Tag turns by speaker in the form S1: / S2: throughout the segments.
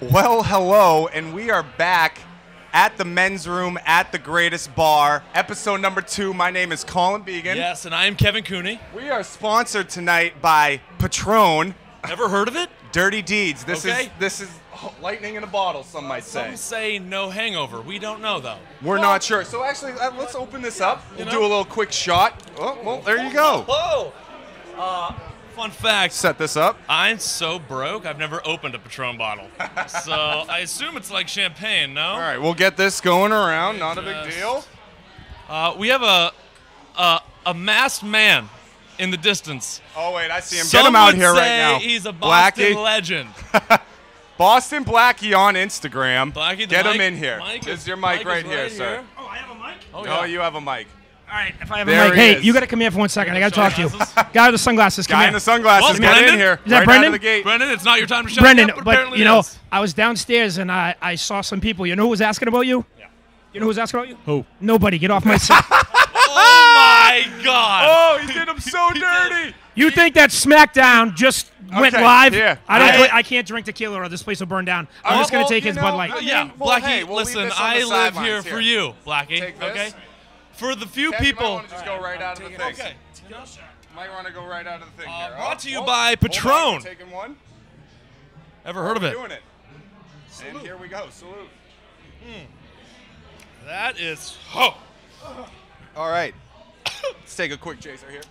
S1: Well, hello, and we are back at the men's room at the greatest bar, episode number two. My name is Colin Began.
S2: Yes, and I am Kevin Cooney.
S1: We are sponsored tonight by Patron
S2: Ever heard of it?
S1: Dirty Deeds. This is
S2: Okay.
S1: this is oh, lightning in a bottle, some might say.
S2: Some say no hangover. We don't know though.
S1: We're not sure. So actually, uh, let's open this up. We'll
S2: know?
S1: do a little quick shot. Oh, well, there you go.
S2: Whoa! Uh, fun fact:
S1: Set this up.
S2: I'm so broke. I've never opened a Patron bottle, so I assume it's like champagne. No.
S1: All right, we'll get this going around. Not a big
S2: Just-
S1: deal.
S2: Uh, we have a, a a masked man in the distance.
S1: Oh wait, I see him.
S2: Some
S1: get him out
S2: would
S1: here
S2: say
S1: right now.
S2: He's a Boston
S1: Blackie.
S2: legend.
S1: Boston Blackie on Instagram.
S2: Blackie, the
S1: Get him
S2: mic-
S1: in here.
S2: mic
S1: This
S2: is-
S1: is your mic,
S2: mic is
S1: right, here,
S2: right
S1: sir.
S2: here.
S3: Oh, I have a mic?
S2: Oh,
S1: No,
S2: yeah.
S1: you have a mic.
S3: All right, if I have
S1: There
S3: a mic.
S1: he
S3: Hey,
S1: is.
S3: you got to come here for one second. I got to talk to you.
S2: Sunglasses?
S3: Guy with the sunglasses. Come
S1: Guy
S3: here.
S1: in the sunglasses,
S2: Well,
S1: get in
S2: Brendan?
S1: here.
S3: Is that
S1: right out
S3: Brendan?
S1: of the gate.
S2: Brendan, it's not your time to shut
S3: Brendan,
S2: up.
S3: but
S2: apparently
S3: you
S2: it
S3: know,
S2: is.
S3: I was downstairs and I, I saw some people. You know who was asking about you? Yeah. You know who was asking about you?
S2: Who?
S3: Nobody. Get off my set.
S2: oh my God!
S1: Oh, he did him so dirty.
S3: you think that SmackDown just went
S1: Okay,
S3: live?
S1: yeah.
S3: I don't.
S2: I-
S3: play- I can't drink tequila or this place will burn down. I'm just gonna
S1: well,
S3: take
S1: oh, you
S3: his
S1: know,
S3: Bud Light.
S1: I mean,
S2: yeah,
S1: well,
S2: Blackie,
S1: hey, we'll leave
S2: listen,
S1: this on
S2: I
S1: the
S2: live
S1: sidelines
S2: here, for
S1: here.
S2: you, Blackie.
S1: Take this.
S2: Okay? For the few
S1: Kev, You might
S2: people.
S1: want to just go right out of the thing.
S2: Okay.
S1: Might want to go right out of the thing
S2: Uh,
S1: here.
S2: brought
S1: Oh,
S2: to you
S1: oh,
S2: by
S1: hold on,
S2: Patron.
S1: you're Taking one.
S2: Ever heard of it?
S1: Doing it. And here we go. Salute.
S2: That is. Oh,
S1: All right. Let's take a quick chaser here.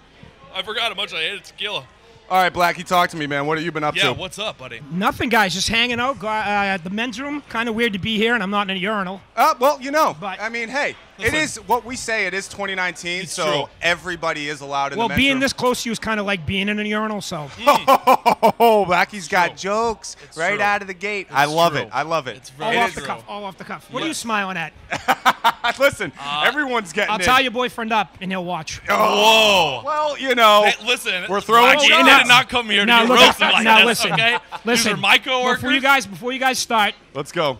S2: I forgot how much I hated tequila.
S1: All right, Blackie, talk to me, man. What have you been up
S2: Yeah,
S1: to?
S2: what's up, buddy?
S3: Nothing, guys. Just hanging out. Go- Uh, at the men's room. Kind of weird to be here, and I'm not in a urinal.
S1: Uh, well, you know,
S3: But-
S1: I mean, hey, it
S2: Listen.
S1: is what we say. It is 2019,
S2: It's
S1: so
S2: true.
S1: everybody is allowed in
S3: Well,
S1: the men's
S3: being
S1: room.
S3: this close to you is kind of like being in a urinal. So.
S1: Oh, Blackie's got
S2: true.
S1: jokes
S2: It's
S1: right
S2: true.
S1: out of the gate. I love
S2: true.
S1: it. I love it.
S2: It's
S3: All
S2: very
S3: off
S2: is
S3: the
S2: true.
S3: cuff. All off the cuff. What are you
S2: Yes.
S3: smiling at?
S1: Listen,
S2: Uh,
S1: everyone's getting.
S3: I'll
S1: it.
S3: tie your boyfriend up, and he'll watch.
S2: Whoa!
S1: Well, you know.
S2: Hey, listen,
S1: we're throwing
S2: Blackie,
S1: shots.
S2: I did not come here to
S3: Now
S2: get
S3: look,
S2: roasted like
S3: now
S2: this,
S3: listen,
S2: okay? These
S3: listen.
S2: are my
S3: Before you
S2: coworkers.
S3: guys, before you guys start,
S1: Let's go.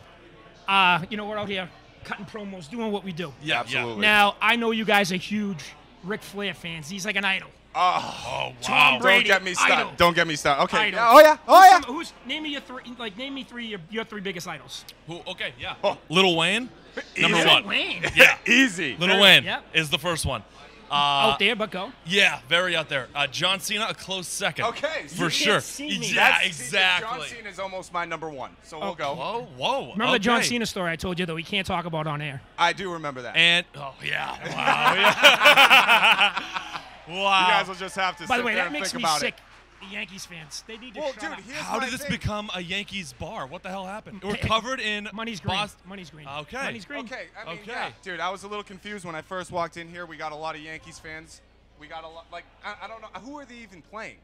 S3: uh, you know we're out here cutting promos, doing what we do.
S2: Yeah,
S1: Absolutely.
S3: Now I know you guys are huge Ric Flair fans. He's like an idol.
S2: Yeah. Oh,
S3: Tom
S2: wow.
S3: Brady.
S1: Don't get me
S3: idol.
S1: started. Don't get me started. Okay.
S3: Idol.
S1: Yeah, Oh yeah. Oh
S3: Who's
S1: yeah.
S3: some- Um, who's name me your three? Like name me three your, your three biggest idols.
S2: Who- okay, yeah.
S1: Oh.
S2: Little Wayne, number
S1: Easy.
S2: one.
S3: Wayne.
S2: Yeah.
S1: Easy.
S2: Little Wayne
S3: yeah.
S2: is the first one. Uh,
S3: out there, but go.
S2: Yeah, very out there. Uh, John Cena, a close second.
S1: Okay,
S2: for
S1: you can't
S2: sure.
S3: see me.
S2: Yeah,
S1: That's- see,
S2: exactly.
S1: John Cena is almost my number one, so we'll go.
S2: Whoa, whoa.
S3: Remember the John
S2: okay.
S3: Cena story I told you that we can't talk about on air.
S1: I do remember that.
S2: And oh yeah, wow, yeah. wow. Uh,
S1: you guys will just have to.
S3: By the
S1: sit
S3: way,
S1: there
S3: that
S1: and
S3: makes
S1: think
S3: me
S1: about
S3: sick.
S1: It.
S3: The Yankees fans, they need to
S1: Well,
S3: shut
S1: dude,
S3: up.
S1: here's
S2: How
S1: my
S2: did this
S1: thing.
S2: become a Yankees bar? What the hell happened? We're covered in
S3: Money's green.
S2: Bos-
S3: Money's green.
S2: Okay.
S3: Money's green.
S1: Okay, I mean,
S2: Okay.
S1: yeah, dude, I was a little confused when I first walked in here. We got a lot of Yankees fans. We got a lot, like, I, I don't know, who are they even playing?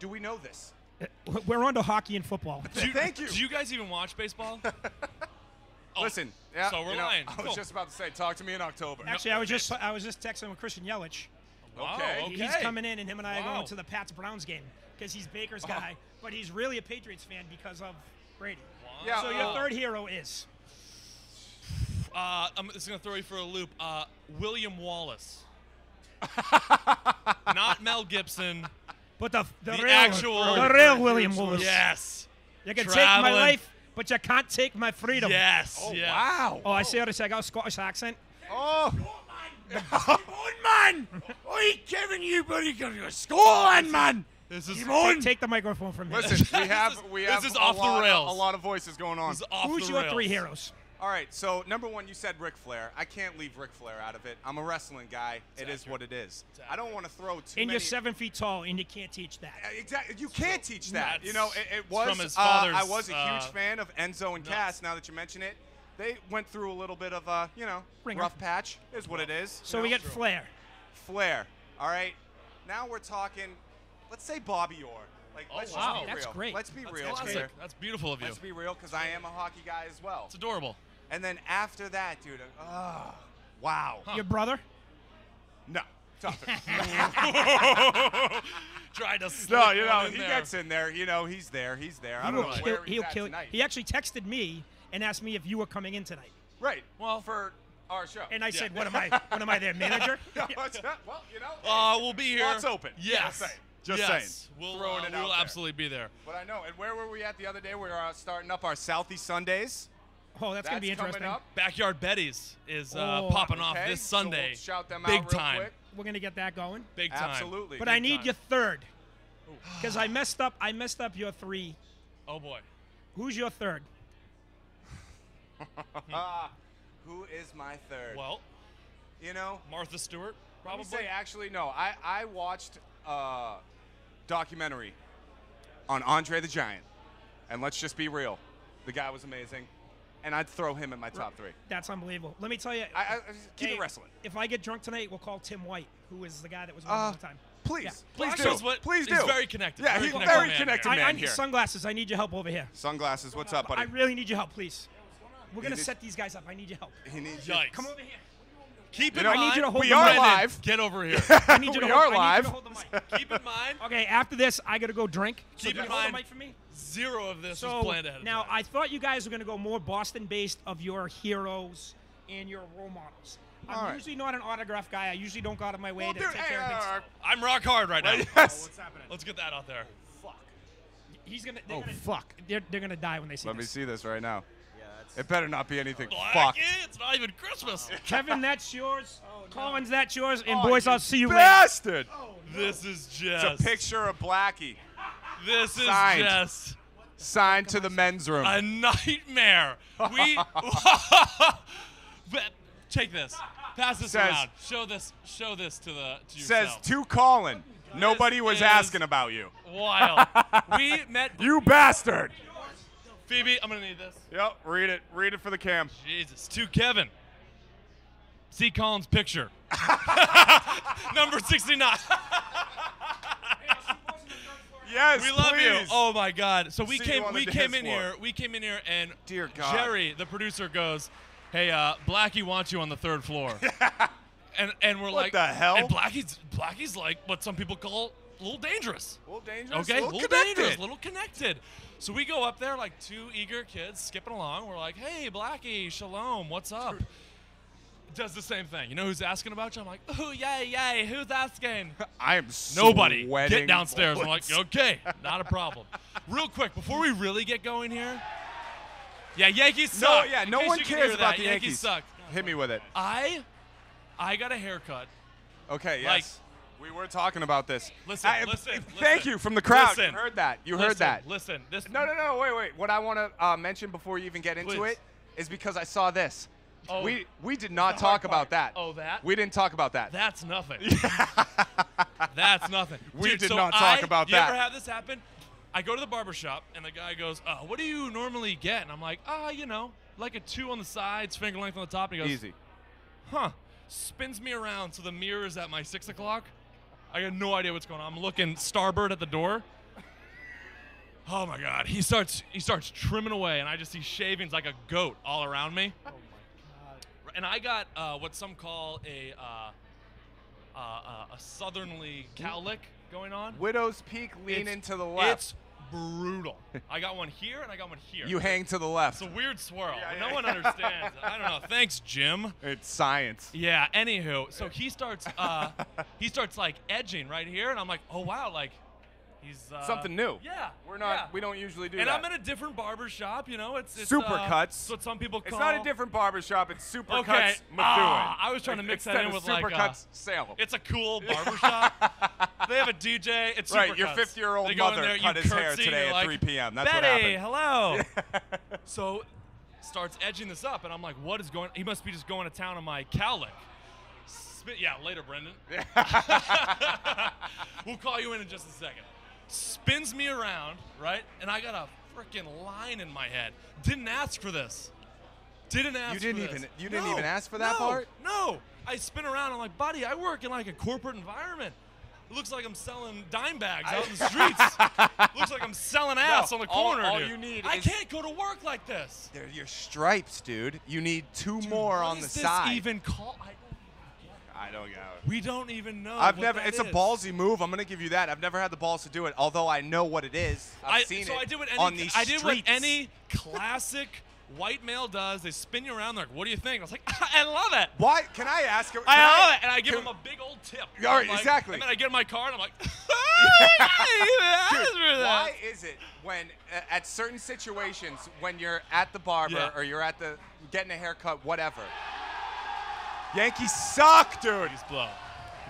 S1: Do we know this?
S3: We're on to hockey and football.
S2: Do you,
S1: Thank you.
S2: Do you guys even watch baseball? Oh,
S1: Listen, yeah,
S2: so we're
S1: you know,
S2: lying.
S1: I was
S2: Cool.
S1: just about to say, talk to me in October.
S3: Actually, I was just I was just texting with Christian Yelich.
S2: Wow,
S1: okay.
S2: okay.
S3: He's coming in, and him and I are
S2: Wow.
S3: going to the Pats Browns game because he's Baker's guy, but he's really a Patriots fan because of Brady.
S1: Yeah,
S3: So
S1: uh,
S3: your third hero is
S2: Uh, I'm just gonna throw you for a loop. Uh, William Wallace. Not Mel Gibson.
S3: but the the,
S2: The
S3: real
S2: actual-
S3: the real William Wallace.
S2: Yes.
S3: You can take my
S2: Traveling.
S3: life, but you can't take my freedom.
S2: Yes.
S1: Oh,
S2: yeah.
S1: wow.
S3: Oh, I see how to say I got a Scottish accent.
S1: Oh,
S4: man! I ain't giving you bloody Scotland, man!
S2: This is
S3: Take the microphone from me.
S1: listen, we have,
S2: is-
S1: we
S2: this
S1: have
S2: is
S1: a,
S2: off the
S1: lot,
S2: rails.
S1: a lot of voices going on.
S2: This is off
S3: Who's
S2: the
S3: your
S2: rails.
S3: three heroes?
S1: All right, so number one, you said Ric Flair. I can't leave Ric Flair out of it. I'm a wrestling guy. It is what it is. I don't want to throw too
S3: And
S1: many.
S3: you're seven feet tall, and you can't teach that.
S1: Exactly. You can't teach that.
S2: That's
S1: You know, it, it
S2: from
S1: was.
S2: his
S1: uh, I
S2: father's,
S1: was a huge
S2: uh,
S1: fan of Enzo and Cass. Now that you mention it, they went through a little bit of a you know
S3: Ringer.
S1: rough patch. Is what it is.
S3: So
S1: you
S3: we
S1: know?
S3: get Flair.
S1: Flair. All right. Now we're talking. Let's say Bobby Orr. Like,
S2: Oh,
S1: let's
S2: wow.
S1: just be
S3: That's
S1: real.
S3: great.
S1: Let's be
S2: That's
S1: real.
S2: classic.
S1: here.
S2: That's beautiful of you.
S1: Let's be real, because I am a hockey guy as well.
S2: It's adorable.
S1: And then after that, dude, oh, wow.
S3: Your brother?
S1: No. Tough.
S2: Try to slip
S1: no, you know,
S2: one in
S1: he
S2: there.
S1: gets in there. You know, he's there. He's there. I
S3: He
S1: don't
S3: will
S1: know
S3: kill.
S1: where he's
S3: He'll
S1: at
S3: kill.
S1: tonight.
S3: He actually texted me and asked me if you were coming in tonight,
S1: Right.
S2: Well-
S1: for our show.
S3: and I
S2: Yeah.
S3: said, "What am I? What am I, their manager?"
S1: No, it's not- well, you know,
S2: Uh, we'll be here.
S1: Spots open.
S2: Yes.
S1: That's right. Just
S2: yes,
S1: saying.
S2: we'll,
S1: Throwing
S2: uh,
S1: it out
S2: we'll
S1: there.
S2: absolutely be there.
S1: But I know. And where were we at the other day? We were uh, starting up our Southie Sundays.
S3: Oh, that's, gonna be
S1: coming
S3: interesting.
S1: up.
S2: Backyard Betty's is uh,
S3: Oh,
S2: popping off
S1: Okay,
S2: this
S1: so we'll
S2: Sunday.
S1: shout them
S2: Big
S1: out real
S2: time.
S1: quick.
S3: We're gonna get that going.
S2: Big time.
S1: Absolutely.
S3: But I
S2: big
S3: need
S2: time.
S3: your third, because I messed up. I messed up your three.
S2: Oh boy.
S3: Who's your third?
S1: Ah, who is my third?
S2: Well,
S1: you know,
S2: Martha Stewart
S1: Let me
S2: probably.
S1: say actually no. I I watched a documentary on Andre the Giant, and let's just be real, the guy was amazing, and I'd throw him in my top three.
S3: That's unbelievable. Let me tell you.
S1: I, I keep
S3: hey,
S1: it wrestling.
S3: If I get drunk tonight, we'll call Tim White, who is the guy that was with him all
S1: Uh,
S3: the time.
S1: please,
S3: Yeah.
S1: please
S2: Well,
S1: do.
S2: actually, it's what-
S1: please do.
S2: he's very connected.
S1: Yeah,
S2: Very
S1: he's
S2: connected
S1: very
S2: man
S1: connected
S2: here.
S1: man
S3: I, I need
S1: here.
S3: sunglasses. I need your help over here.
S1: Sunglasses. What's up, buddy?
S3: I really need your help, please. We're gonna
S1: need-
S3: set these guys up. I need your help.
S1: he needs you.
S2: Yikes.
S3: Come over here.
S2: Keep in
S1: know,
S2: mind.
S3: I need you to hold
S1: we
S3: the
S1: are
S2: Brendan,
S3: mic.
S1: live.
S2: Get over here.
S3: I need you to
S1: We
S3: hold,
S1: are
S3: I need you
S1: live.
S3: to hold the mic.
S2: Keep in mind.
S3: Okay, after this, I gotta go drink. So
S2: Keep in
S3: can you hold the
S2: mind-
S3: mic for me?
S2: Zero of this
S3: So
S2: was planned ahead of
S3: now
S2: time.
S3: I thought you guys were going to go more Boston-based of your heroes and your role models. I'm
S1: All right.
S3: usually not an autograph guy. I usually don't go out of my way
S1: Well,
S3: to
S1: dude,
S3: take
S1: hey,
S3: care of things.
S1: uh,
S2: I'm rock hard right now.
S1: yes.
S2: Let's get that out there.
S3: He's gonna. They're gonna, fuck. They're, they're gonna die when they see
S1: Oh, Let me
S3: this.
S1: see this right now.
S5: Yeah, that's.
S1: It better not be anything.
S2: Black,
S1: Fuck.
S2: eh, It's not even Christmas.
S3: Kevin, that's yours. Collins, that's yours. And
S1: Oh,
S3: boys,
S1: you
S3: I'll see you later.
S1: Bastard.
S2: This is just.
S1: It's a picture of Blackie
S2: This is
S1: Signed.
S2: just
S1: signed to the men's room.
S2: a nightmare. We. But Take this. Pass this
S1: Says-
S2: around. Show this. Show this to the to
S1: says
S2: yourself.
S1: to Colin. Nobody was
S2: is-
S1: asking about you.
S2: Wild. we met
S1: You bastard.
S2: Phoebe. I'm gonna need this.
S1: Yep, read it. Read it for the cam.
S2: Jesus. To Kevin. See Colin's picture. Number 69.
S1: Yes,
S2: we love you.
S1: please.
S2: Oh my God. So we
S1: See you
S2: came.
S1: on
S2: We
S1: the
S2: came
S1: dance
S2: in
S1: floor.
S2: here. We came in here and
S1: Dear God.
S2: Jerry, the producer, goes, "Hey, uh, Blackie wants you on the third floor." and and we're
S1: What
S2: like,
S1: the hell?
S2: And Blackie's Blackie's like what some people call a little dangerous.
S1: little dangerous.
S2: Okay,
S1: little
S2: dangerous,
S1: connected.
S2: little connected. So we go up there like two eager kids skipping along. We're like, "Hey, Blackie, Shalom, what's up?" Does the same thing. You know who's asking about you? I'm like, "Ooh, yay, yay, who's asking?"
S1: I am
S2: Nobody.
S1: sweating
S2: Get downstairs. I'm like,
S1: bullets.
S2: okay, not a problem. Real quick, before we really get going here. Yeah, Yankees
S1: No,
S2: suck.
S1: yeah,
S2: In
S1: no
S2: case
S1: one
S2: you can
S1: cares
S2: hear
S1: about
S2: that,
S1: the
S2: Yankees.
S1: Yankees.
S2: suck.
S1: Hit me with it.
S2: I I got a haircut.
S1: Okay,
S2: Like-
S1: yes. we were talking about this.
S2: Listen,
S1: I-
S2: listen,
S1: Thank
S2: listen,
S1: you from the crowd.
S2: listen,
S1: you heard that. You heard
S2: listen,
S1: that.
S2: Listen, this
S1: No, no, no. Wait, wait. What I want to uh, mention before you even get into
S2: Please.
S1: it is because I saw this.
S2: Oh.
S1: we we did not talk about that.
S2: Oh, that?
S1: We didn't talk about that.
S2: That's nothing. That's nothing.
S1: We
S2: Dude,
S1: did
S2: so
S1: not talk
S2: I-
S1: about
S2: you
S1: that.
S2: ever have this happen? I go to the barber shop and the guy goes, "Oh, what do you normally get?" And I'm like, "Ah, you know, like a two on the sides, finger length on the top." And he goes,
S1: Easy.
S2: huh, spins me around so the mirror is at my six o'clock. I got no idea what's going on. I'm looking starboard at the door. Oh my god, he starts he starts trimming away, and I just see shavings like a goat all around me. Oh my god. And I got uh, what some call a uh, uh, uh, a southerly cowlick going on.
S1: Widow's Peak lean
S2: It's-
S1: into the left.
S2: It's brutal. I got one here and I got one here.
S1: You hang to the left.
S2: it's a weird swirl.
S1: Yeah,
S2: no
S1: yeah,
S2: one
S1: yeah.
S2: understands. I don't know. Thanks, Jim.
S1: It's science.
S2: Yeah. Anywho, so he starts, uh, he starts like edging right here, and I'm like, oh wow, like he's uh,
S1: Something new.
S2: Yeah.
S1: We're not.
S2: yeah.
S1: We don't usually do
S2: And I'm
S1: that.
S2: in a different barber shop, you know. It's, it's uh,
S1: Supercuts.
S2: it's what some people call.
S1: it's not a different barbershop. It's Supercuts
S2: Okay.
S1: Methuen.
S2: Ah, I was trying to
S1: Like,
S2: mix that
S1: instead
S2: in
S1: of
S2: with, like,
S1: Supercuts
S2: uh,
S1: Salem.
S2: It's a cool barber shop. they have a DJ. It's
S1: right. Your
S2: Supercuts.
S1: 50 year old
S2: They go in
S1: mother
S2: there, you
S1: cut his hair
S2: curtsy,
S1: today
S2: you're
S1: at
S2: like,
S1: 3 p.m. That's what
S2: Betty,
S1: happened.
S2: hello. so starts edging this up, and I'm like, what is going? He must be just going to town on my cowlick. Spit, yeah, later, Brendan. we'll call you in in just a second. Spins me around, right? And I got a freaking line in my head. Didn't ask for this. Didn't ask.
S1: You didn't
S2: for this.
S1: even- you didn't
S2: No,
S1: even ask for that
S2: no,
S1: part?
S2: No. I spin around. I'm like, buddy, I work in like a corporate environment. It looks like I'm selling dime bags out in the streets. looks like I'm selling ass on the
S1: all-
S2: corner.
S1: all
S2: dude.
S1: you need
S2: I
S1: is-
S2: can't go to work like this.
S1: They're your stripes, dude. You need two more
S2: What
S1: on
S2: is
S1: the
S2: this
S1: side.
S2: Even call? I,
S1: I don't know.
S2: we don't even know.
S1: I've
S2: what
S1: never.
S2: that
S1: It's a
S2: is.
S1: ballsy move. I'm gonna give you that. I've never had the balls to do it, although I know what it is. I've
S2: I,
S1: seen
S2: so
S1: it
S2: I did what any.
S1: on these
S2: I did what
S1: streets.
S2: any classic white male does. They spin you around. They're like, "What do you think?" I was like, "I love it.
S1: Why? Can I ask? Can
S2: I love it." And I give
S1: can-
S2: him a big old tip.
S1: Yeah, all right,
S2: I'm like-
S1: exactly.
S2: And then I get in my car and I'm like,
S1: Dude,
S2: "Why?"
S1: why is it when a- at certain situations when you're at the barber
S2: Yeah.
S1: or you're at the getting a haircut, whatever. Yankees suck, dude.
S2: He's blow.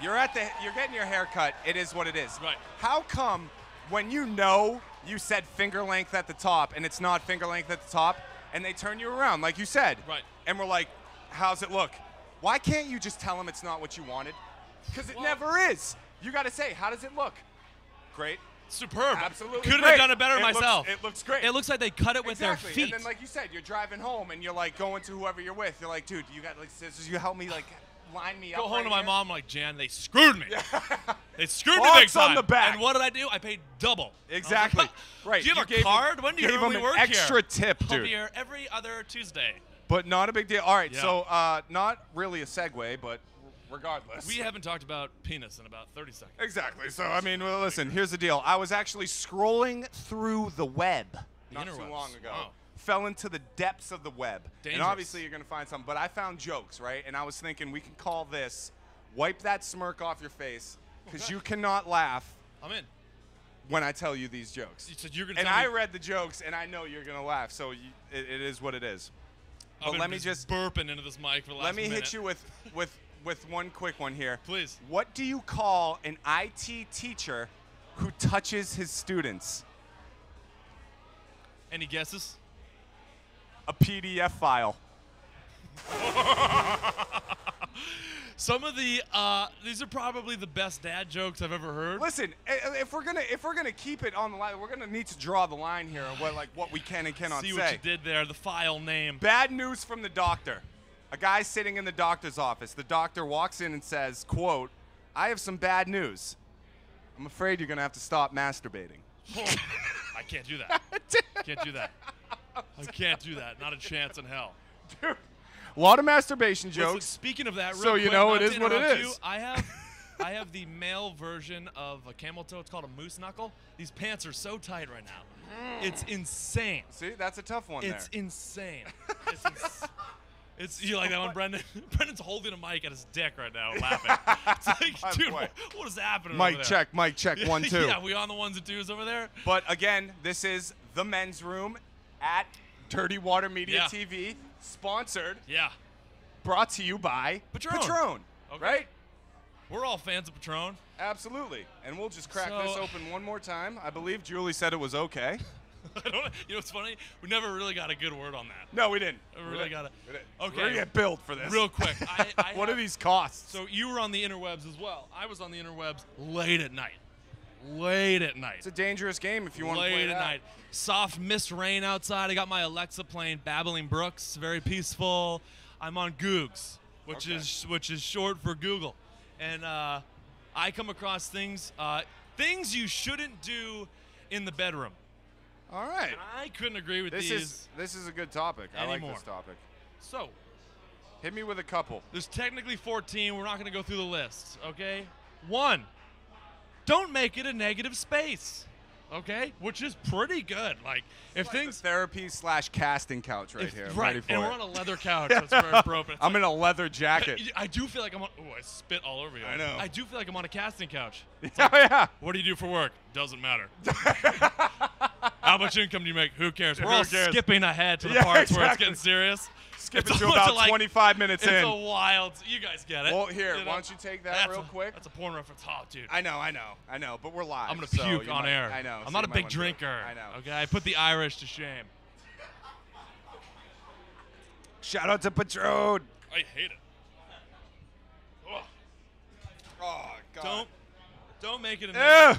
S1: You're at the you're getting your haircut. It is what it is.
S2: Right.
S1: How come when you know you said finger length at the top and it's not finger length at the top and they turn you around like you said.
S2: Right.
S1: And we're like, "How's it look?" Why can't you just tell them it's not what you wanted? Cuz it
S2: Well-
S1: never is. You got to say, "How does it look?" Great.
S2: Superb.
S1: Absolutely.
S2: Couldn't
S1: great.
S2: have done it better
S1: looks-
S2: myself.
S1: it looks great.
S2: It looks like they cut it with
S1: exactly.
S2: their feet.
S1: And then like you said, you're driving home and you're like going to whoever you're with. You're like, "Dude, you got like scissors. You help me like line me up."
S2: Go home
S1: right
S2: to my
S1: here."
S2: mom. I'm like Jan, they screwed me. They screwed me
S1: Box
S2: big
S1: on
S2: time.
S1: the back.
S2: And what did I do? I paid double. I was
S1: Exactly.
S2: like,
S1: Right.
S2: Do you
S1: You
S2: have
S1: gave
S2: a
S1: him-
S2: card? when do you
S1: gave him
S2: normally
S1: an
S2: work
S1: extra
S2: here?
S1: tip,
S2: I'll
S1: dude.
S2: be here every other Tuesday.
S1: But not a big deal. All right,
S2: Yeah.
S1: so uh, not really a segue, but regardless.
S2: We haven't talked about penis in about 30 seconds.
S1: exactly. So I mean, well, listen. Here's the deal. I was actually scrolling through the web
S2: The
S1: not too
S2: interwebs.
S1: long ago.
S2: Wow.
S1: Fell into the depths of the web, and
S2: Dangerous.
S1: obviously you're gonna find something. But I found jokes, right? And I was thinking we can call this "wipe that smirk off your face" because you cannot laugh
S2: I'm in.
S1: when I tell you these jokes.
S2: You said you're gonna
S1: and
S2: tell
S1: I
S2: me-
S1: read the jokes, and I know you're gonna laugh. So you, it, it is what it is.
S2: I've
S1: But
S2: been
S1: let me just
S2: burping into this mic for the last
S1: Let me
S2: minute.
S1: hit you with with with one quick one here.
S2: Please.
S1: What do you call an IT teacher who touches his students?
S2: Any guesses?
S1: A PDF file.
S2: Some of the uh, these are probably the best dad jokes I've ever heard.
S1: Listen, i- i- if we're gonna if we're gonna keep it on the line, we're gonna need to draw the line here on what like what we can and cannot
S2: See
S1: say.
S2: what you did there. The file name.
S1: Bad news from the doctor. A guy sitting in the doctor's office. The doctor walks in and says, "Quote, I have some bad news. I'm afraid you're gonna have to stop masturbating."
S2: I can't do that. can't do that. I can't do that. Not a chance in hell.
S1: A lot of masturbation
S2: Listen,
S1: jokes.
S2: speaking of that, real
S1: So you
S2: quick,
S1: know
S2: not
S1: it
S2: to
S1: is what it
S2: interrupt you,
S1: is.
S2: I have, I have the male version of a camel toe. It's called a moose knuckle. These pants are so tight right now.
S1: Mm.
S2: It's insane.
S1: See, that's a tough one there.
S2: It's insane. It's, ins- it's you like that one, Brendan? Brendan's holding a mic at his dick right now, laughing. It's like, dude,
S1: boy.
S2: what, what is happening? over
S1: Mic
S2: there?
S1: check, mic check, one, two.
S2: yeah, we on the ones and twos over there.
S1: But again, this is the men's room at Dirty Water Media
S2: Yeah.
S1: TV, sponsored,
S2: Yeah,
S1: brought to you by
S2: Patron. Okay.
S1: Right?
S2: we're all fans of Patron.
S1: Absolutely. And we'll just crack
S2: So-
S1: this open one more time. I believe Julie said it was okay.
S2: I don't. You know what's funny? We never really got a good word on that.
S1: No, we didn't.
S2: We
S1: We
S2: really
S1: didn't.
S2: gotta-
S1: We didn't.
S2: okay.
S1: We're gonna get billed for this.
S2: Real quick, I, I
S1: what
S2: have-
S1: are these costs?
S2: So you were on the interwebs as well. I was on the interwebs late at night. Late at night.
S1: it's a dangerous game if you want to play
S2: Late
S1: it
S2: at
S1: out.
S2: night. Soft mist rain outside. I got my Alexa playing Babbling Brooks. Very peaceful. I'm on Googs, which
S1: Okay.
S2: is which is short for Google. And uh, I come across things uh, things you shouldn't do in the bedroom.
S1: All right.
S2: And I couldn't agree with
S1: This
S2: these.
S1: is this is a good topic. I
S2: Anymore.
S1: like this topic.
S2: so
S1: Hit me with a couple.
S2: There's technically 14. We're not going to go through the list, okay? One, don't make it a negative space, okay? Which is pretty good. Like, if things.
S1: therapy slash casting couch right
S2: if-
S1: here. I'm
S2: right,
S1: ready for
S2: and
S1: it.
S2: we're on a leather couch. That's very appropriate.
S1: I'm in a leather
S2: I,
S1: jacket.
S2: I do feel like I'm on. Oh, I spit all over you.
S1: I know.
S2: I do feel like I'm on a casting couch.
S1: oh yeah.
S2: What do you do for work? Doesn't matter. How much income do you make? Who cares? We're
S1: Who
S2: all
S1: cares?
S2: skipping ahead to the
S1: Yeah,
S2: parts where it's
S1: exactly.
S2: getting serious.
S1: Skip
S2: It's
S1: it to
S2: a bunch
S1: about
S2: of, like,
S1: 25 minutes
S2: It's
S1: in.
S2: a wild. You guys get it.
S1: Well, here,
S2: know?
S1: why don't you take that
S2: That's
S1: real
S2: a-
S1: quick?
S2: That's a porn reference. Oh, dude.
S1: I know, I know, I know, but we're live.
S2: I'm gonna
S1: so
S2: puke
S1: you
S2: on
S1: might-
S2: air.
S1: I know. so
S2: I'm not
S1: you
S2: a
S1: might
S2: big
S1: wanna do it.
S2: drinker.
S1: I know.
S2: Okay, I put the Irish to shame.
S1: Shout out to Patron.
S2: I hate it. Ugh.
S1: Oh God.
S2: Don't, don't make it a negative,
S1: Ugh.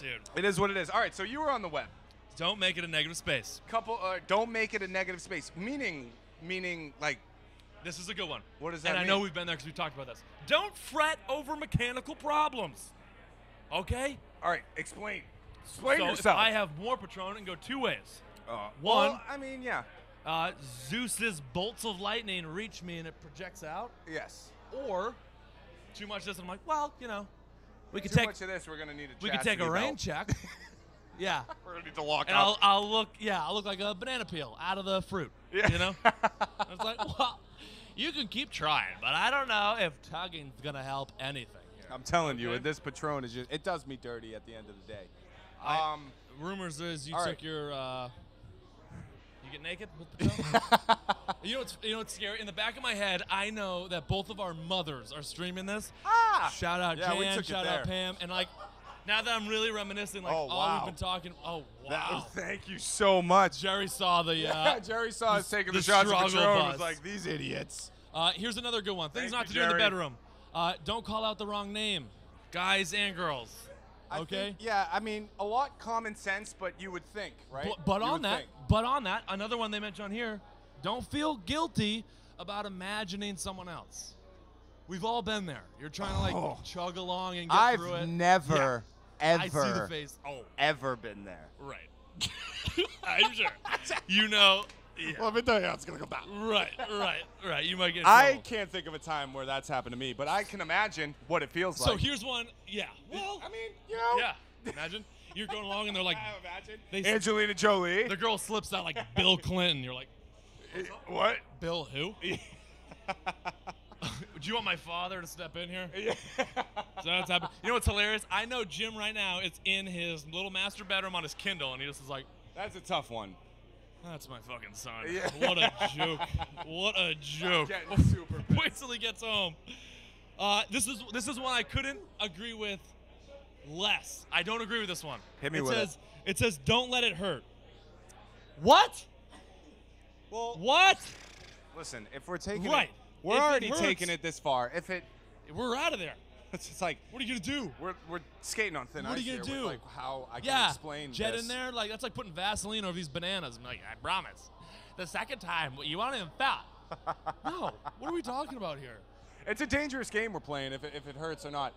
S2: dude.
S1: It is what it is. All right, so you were on the web.
S2: Don't make it a negative space.
S1: Couple. Uh, don't make it a negative space. Meaning, meaning like
S2: This is a good one.
S1: What does
S2: And
S1: that
S2: I know
S1: mean?
S2: we've been there because we've talked about this. Don't fret over mechanical problems. Okay.
S1: All right, explain. Explain
S2: so
S1: yourself.
S2: If I have more Patron and go two ways.
S1: Uh,
S2: one-
S1: well, I mean, yeah.
S2: Uh, Zeus's bolts of lightning reach me and it projects out,
S1: Yes.
S2: or too much of this. I'm like, well, you know, we could
S1: Too
S2: take
S1: much of this. We're gonna need a.
S2: We could take
S1: chastity
S2: a rain
S1: belt.
S2: check.
S5: Yeah.
S1: We're gonna need to walk
S2: And
S1: up.
S2: I'll, I'll look, yeah, I'll look like a banana peel out of the fruit.
S1: Yeah.
S2: You know? I was like, well, you can keep trying, but I don't know if tugging's going to help anything here.
S6: I'm telling you,
S2: Okay.
S6: this Patron is just—it does me dirty at the end of the day.
S2: I-
S1: um,
S2: Rumors is you
S6: All
S2: took
S6: right.
S2: your, uh, you get naked with the pill? you, know what's, you know what's scary? In the back of my head, I know that both of our mothers are streaming this.
S6: ah!
S2: Shout out
S6: Yeah, we
S2: Jan,
S6: took it
S2: shout
S6: there.
S2: out Pam. And like, now that I'm really reminiscing, like,
S6: Oh,
S2: all
S6: wow.
S2: we've been talking, oh,
S6: That
S2: wow.
S6: was- thank you so much.
S2: Jerry saw the, uh,
S6: Jerry saw us
S2: the-
S6: taking
S2: the
S6: the, shots of
S2: struggle
S6: Patron. and was
S2: bus.
S6: like, "These idiots."
S2: Uh, here's another good one. Things
S1: Thank
S2: not to
S1: you,
S2: do in the
S1: Jerry.
S2: bedroom. Uh, don't call out the wrong name, guys and girls.
S6: I think-
S2: Okay.
S6: yeah, I mean, a lot common sense, but you would think, right?
S2: But, but
S6: You
S2: on
S6: would
S2: that,
S6: think.
S2: but on that, another one they mentioned on here. Don't feel guilty about imagining someone else. We've all been there. You're trying to like
S6: Oh.
S2: chug along and get through it.
S6: I've never,
S2: I see the
S6: ever,
S2: face. Oh,
S6: ever been there.
S2: right. I'm sure. You know. Yeah.
S6: Let me tell you how it's gonna go down.
S2: Right, right, right. You might get. in
S1: I
S2: trouble.
S1: can't think of a time where that's happened to me, but I can imagine what it feels
S2: So
S1: like.
S2: here's one. Yeah. Well.
S1: I mean, you know,
S2: Yeah. Imagine you're going along and they're like,
S1: I imagine.
S2: they
S1: Angelina Jolie.
S2: The girl slips out like Bill Clinton. You're like,
S1: what?
S2: Bill who? Do you want my father to step in here?
S1: Yeah.
S2: So that's happening. You know what's hilarious? I know Jim right now is in his little master bedroom on his Kindle, and he just is like,
S1: That's a tough one.
S2: "That's my fucking son.
S1: Yeah.
S2: What a joke! What a joke!"
S1: Getting super pissed.
S2: Wait till he gets home. Uh, this is this is one I couldn't agree with less. I don't agree with this one.
S6: Hit me
S2: it
S6: with it.
S2: says, it. says, "Don't let it hurt." What?
S6: Well,
S2: What?
S6: listen, if we're taking
S2: Right.
S6: it,
S1: We're
S2: If it
S1: already
S2: hurts,
S1: taking it this far. If it,
S2: We're out of there.
S1: it's just like
S2: What are you gonna do?
S1: we're we're skating on thin
S2: What are
S1: ice
S2: you gonna
S1: here
S2: do?
S1: With like how I can
S2: yeah,
S1: explain
S2: jet
S1: this.
S2: in there. Like that's like putting Vaseline over these bananas. I'm like, I promise. The second time, you won't even fat. no, what are we talking about here?
S1: It's a dangerous game we're playing. If it, if it hurts or not.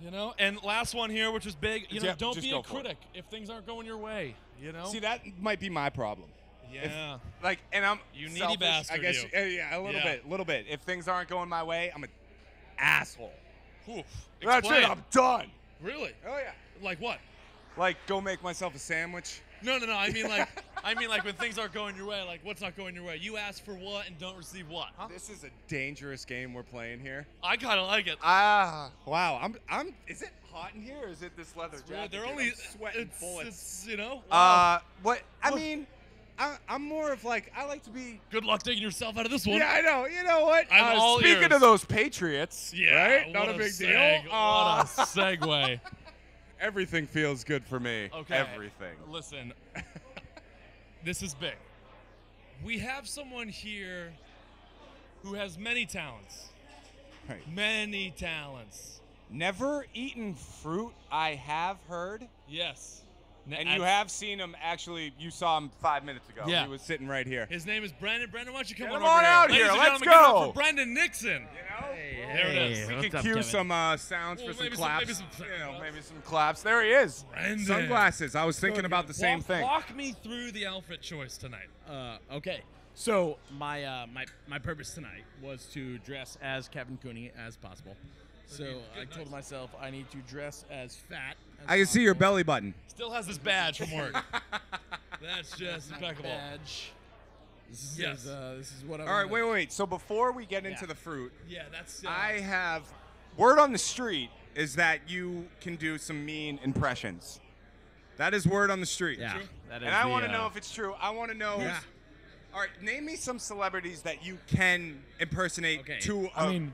S2: You know. And last one here, which is big. You know,
S1: Yeah,
S2: don't
S1: just
S2: be
S1: go
S2: a
S1: for it.
S2: critic if things aren't going your way. You know.
S1: See, that might be my problem.
S2: yeah.
S1: Like, and I'm
S2: You needy
S1: selfish, I
S2: bastard,
S1: guess.
S2: you.
S1: uh, Yeah, a little
S2: Yeah.
S1: bit, a little bit. If things aren't going my way, I'm an asshole.
S2: Oof.
S1: That's
S2: Explain.
S1: it. I'm done.
S2: Really?
S1: Oh yeah.
S2: Like what?
S1: Like, go make myself a sandwich.
S2: No, no, no. I mean like, I mean like when things aren't going your way. Like what's not going your way? You ask for what and don't receive what? Huh?
S1: This is a dangerous game we're playing here.
S2: I kind of like it.
S1: Ah, wow. I'm, I'm. Is it hot in here? Or is it this leather jacket?
S2: They're
S1: dude?
S2: only
S1: I'm sweating
S2: it's-
S1: bullets.
S2: it's, you know.
S1: uh, what? I mean, I, I'm more of like I like to be.
S2: Good luck taking yourself out of this one.
S1: Yeah, I know. You know what?
S2: I'm
S1: uh,
S2: all
S1: speaking
S2: ears.
S1: of those Patriots,
S2: Yeah,
S1: right? Not
S2: what
S1: a big
S2: seg-
S1: deal. Uh,
S2: What a segue.
S1: everything feels good for me.
S2: Okay.
S1: Everything.
S2: Listen, this is big. We have someone here who has many talents.
S1: Right.
S2: Many talents.
S1: Never eaten fruit. I have heard,
S2: Yes.
S1: and you have seen him. Actually, you saw him five minutes ago.
S2: Yeah.
S1: He was sitting right here.
S2: His name is Brandon. Brandon, why don't you come
S1: Get
S2: on
S1: him
S2: over
S1: on
S2: here?
S1: out
S2: Ladies
S1: here.
S2: and
S1: Let's
S2: gentlemen, give it up
S1: go.
S2: for Brandon Nixon. There it is.
S1: We can cue some uh, sounds
S2: Well,
S1: for some
S2: maybe some-
S1: claps.
S2: maybe some-
S1: you know, maybe some claps. There he is.
S2: Brendan.
S1: Sunglasses. I was thinking about the same
S2: walk,
S1: thing.
S2: Walk me through the outfit choice tonight.
S5: Uh, okay. So my uh, my my purpose tonight was to dress as Kevin Cooney as possible. So I told myself I need to dress as fat. As
S1: I can see your
S5: possible.
S1: belly button.
S2: Still has this badge from work. That's just impeccable.
S5: badge. This
S2: Yes.
S5: is uh, this is what I.
S1: All right,
S5: wanna-
S1: wait, wait, wait. So before we get into
S5: Yeah.
S1: the fruit,
S5: Yeah, that's. Uh,
S1: I have word on the street is that you can do some mean impressions. That is word on the street.
S5: Yeah, that is
S1: And I
S5: the,
S1: want to
S5: uh,
S1: know if it's true. I want to know.
S5: Yeah.
S1: All right, name me some celebrities that you can impersonate
S5: Okay.
S1: to.
S5: I
S1: a-
S5: mean,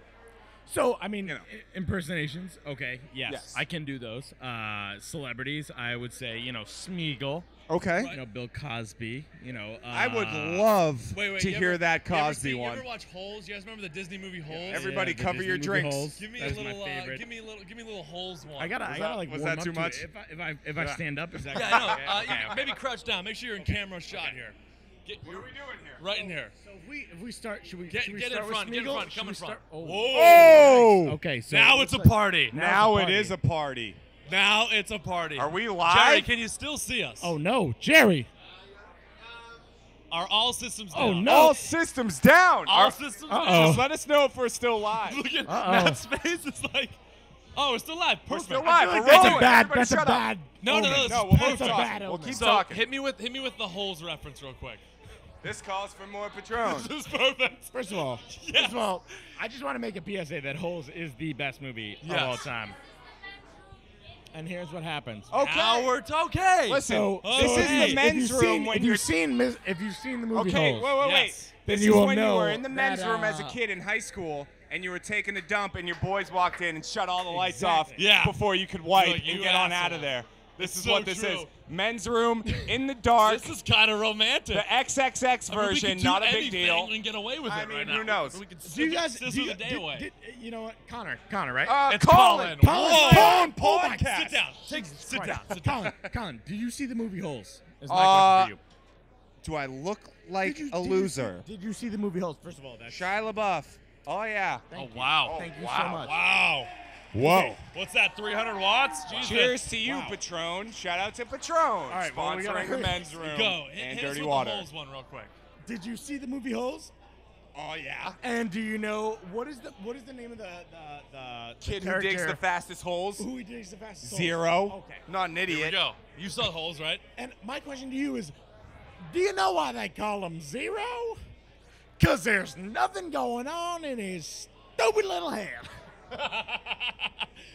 S5: so I mean,
S1: you know.
S5: i- impersonations. Okay. Yes,
S1: Yes.
S5: I can do those. Uh, celebrities. I would say you know Smeagol.
S1: okay.
S5: You know Bill Cosby. You know. Uh,
S1: I would love
S2: Wait, wait,
S1: to
S2: you
S1: hear
S2: ever-
S1: that
S2: you ever
S1: Cosby
S2: see-
S1: one.
S2: You ever watch Holes? You guys remember the Disney movie Holes?
S1: Everybody
S5: the
S1: cover
S5: Disney
S1: your
S5: movie
S1: drinks.
S5: Holes.
S2: Give me
S5: That
S2: a
S5: is my
S2: little, uh,
S5: favorite.
S2: give me a little, give me a little Holes one.
S5: I gotta, I
S1: Was
S5: gotta
S1: that-
S5: like
S1: was
S5: warm
S1: that
S5: up
S1: too
S5: to
S1: much?
S5: it. If I, if I, if I
S1: Yeah.
S5: stand up, is that
S2: Yeah, I know. Uh, you- maybe crouch down. Make sure you're in camera shot here. Get
S1: what are we doing here?
S2: right in here.
S5: So if we, if we start, should we?
S2: Get,
S5: should we
S2: get in
S5: start with
S2: front. Get in
S5: Smeagol?
S2: front.
S5: Should
S2: Come
S5: we
S2: in front.
S5: start- Oh,
S1: Oh!
S5: okay. So
S2: now
S5: it
S2: it's a
S5: looks like-
S2: party.
S1: Now
S5: it's a
S1: it is a party.
S2: Now it's a party.
S1: Are we
S2: Jerry,
S1: live?
S2: can you still see us?
S5: Oh no, Jerry.
S2: Are all systems
S5: Oh,
S2: down?
S5: no.
S1: All systems down.
S2: All
S1: Are-
S2: systems
S5: Uh-oh.
S2: down.
S1: Just let us know if we're still live.
S2: Look at
S5: Uh-oh.
S2: Matt's face. It's like, Oh, it's still live. Perfect.
S1: We're still live. We're
S4: That's a
S1: rolling.
S4: bad.
S1: Everybody
S4: That's a
S1: shut up.
S4: bad.
S2: No, no, no.
S4: omen.
S2: This is
S1: we'll keep
S2: perfect.
S4: That's a
S1: talking.
S4: bad
S1: We'll
S4: omen.
S1: keep
S2: So
S1: talking.
S2: hit me with hit me with the holes reference real quick.
S1: This calls for more Patron.
S2: This is perfect.
S5: First of all,
S2: Yes.
S5: first of all, I just want to make a PSA that Holes is the best movie
S2: Yes.
S5: of all time. And here's what happens.
S1: Okay.
S2: Now we're t- okay.
S1: Oh, Listen,
S5: So,
S1: this
S2: so
S1: is
S2: hey, if
S1: the
S2: you've
S1: men's
S5: if you've
S1: room
S5: seen,
S1: when
S5: if
S1: you're.
S5: you've seen mis- if you've seen the movie
S1: okay,
S5: Holes,
S1: wait, wait, wait.
S2: Yes.
S5: Then
S1: this
S5: you
S1: is
S5: will
S1: when you were
S5: know
S1: in the men's
S5: that,
S1: room as a
S5: uh,
S1: kid in high school, and you were taking a dump, and your boys walked in and shut all the lights off
S5: Exactly.
S2: Yeah.
S1: before you could wipe
S2: You're like,
S1: and
S2: "You
S1: get on out
S2: asshole."
S1: of there. This
S2: It's
S1: is
S2: so
S1: what this
S2: true.
S1: is. Men's room in the dark.
S2: this is kind of romantic.
S1: the XXX
S2: I mean, we
S1: version,
S2: could do
S1: not a big
S2: anything
S1: deal.
S2: And get away with
S1: I
S2: it
S1: mean,
S2: right
S1: who
S2: now.
S1: knows?
S2: We could
S5: Do you guys?
S2: sizzle
S5: Do you,
S2: the day
S5: did-
S2: away.
S5: did- you know what, Connor? Connor, right?
S1: Uh,
S2: It's Colin.
S1: Colin,
S2: Whoa. Oh
S1: Colin,
S5: Colin,
S1: Colin podcast.
S2: Sit down. Take,
S5: Jesus
S2: sit
S5: Christ.
S2: down. Sit down.
S5: Colin, Colin, did you see the movie Holes? Is my
S6: Uh,
S5: question
S6: Do I look
S5: for you.
S6: like
S5: Did you-
S6: a
S5: did you see-
S6: loser?
S5: did you see the movie Holes? First of all, that's
S6: Shia LaBeouf. Oh yeah.
S2: Oh wow.
S5: Thank you
S2: wow.
S5: so much.
S2: Wow.
S1: Whoa.
S2: What's that? 300 watts? Jesus.
S1: Cheers to you,
S5: Wow.
S1: Patron. Shout out to Patron. All
S5: right,
S1: sponsoring
S5: well, we gotta
S1: the
S5: hurry.
S1: men's room
S2: Go. Hit,
S1: and
S2: hit us
S1: dirty
S2: with
S1: water.
S2: the holes one real quick.
S5: Did you see the movie Holes?
S1: Oh yeah.
S5: And do you know what is the what is the name of the the, the
S1: Kid
S5: the
S1: who digs
S5: character-
S1: the fastest holes.
S5: who he digs the fastest? holes?
S1: Zero.
S5: Okay.
S1: Not an
S2: Here we
S1: idiot.
S2: go. You saw the holes, right?
S5: And my question to you is, do you know why they call him Zero? Cause there's nothing going on in his stupid little head.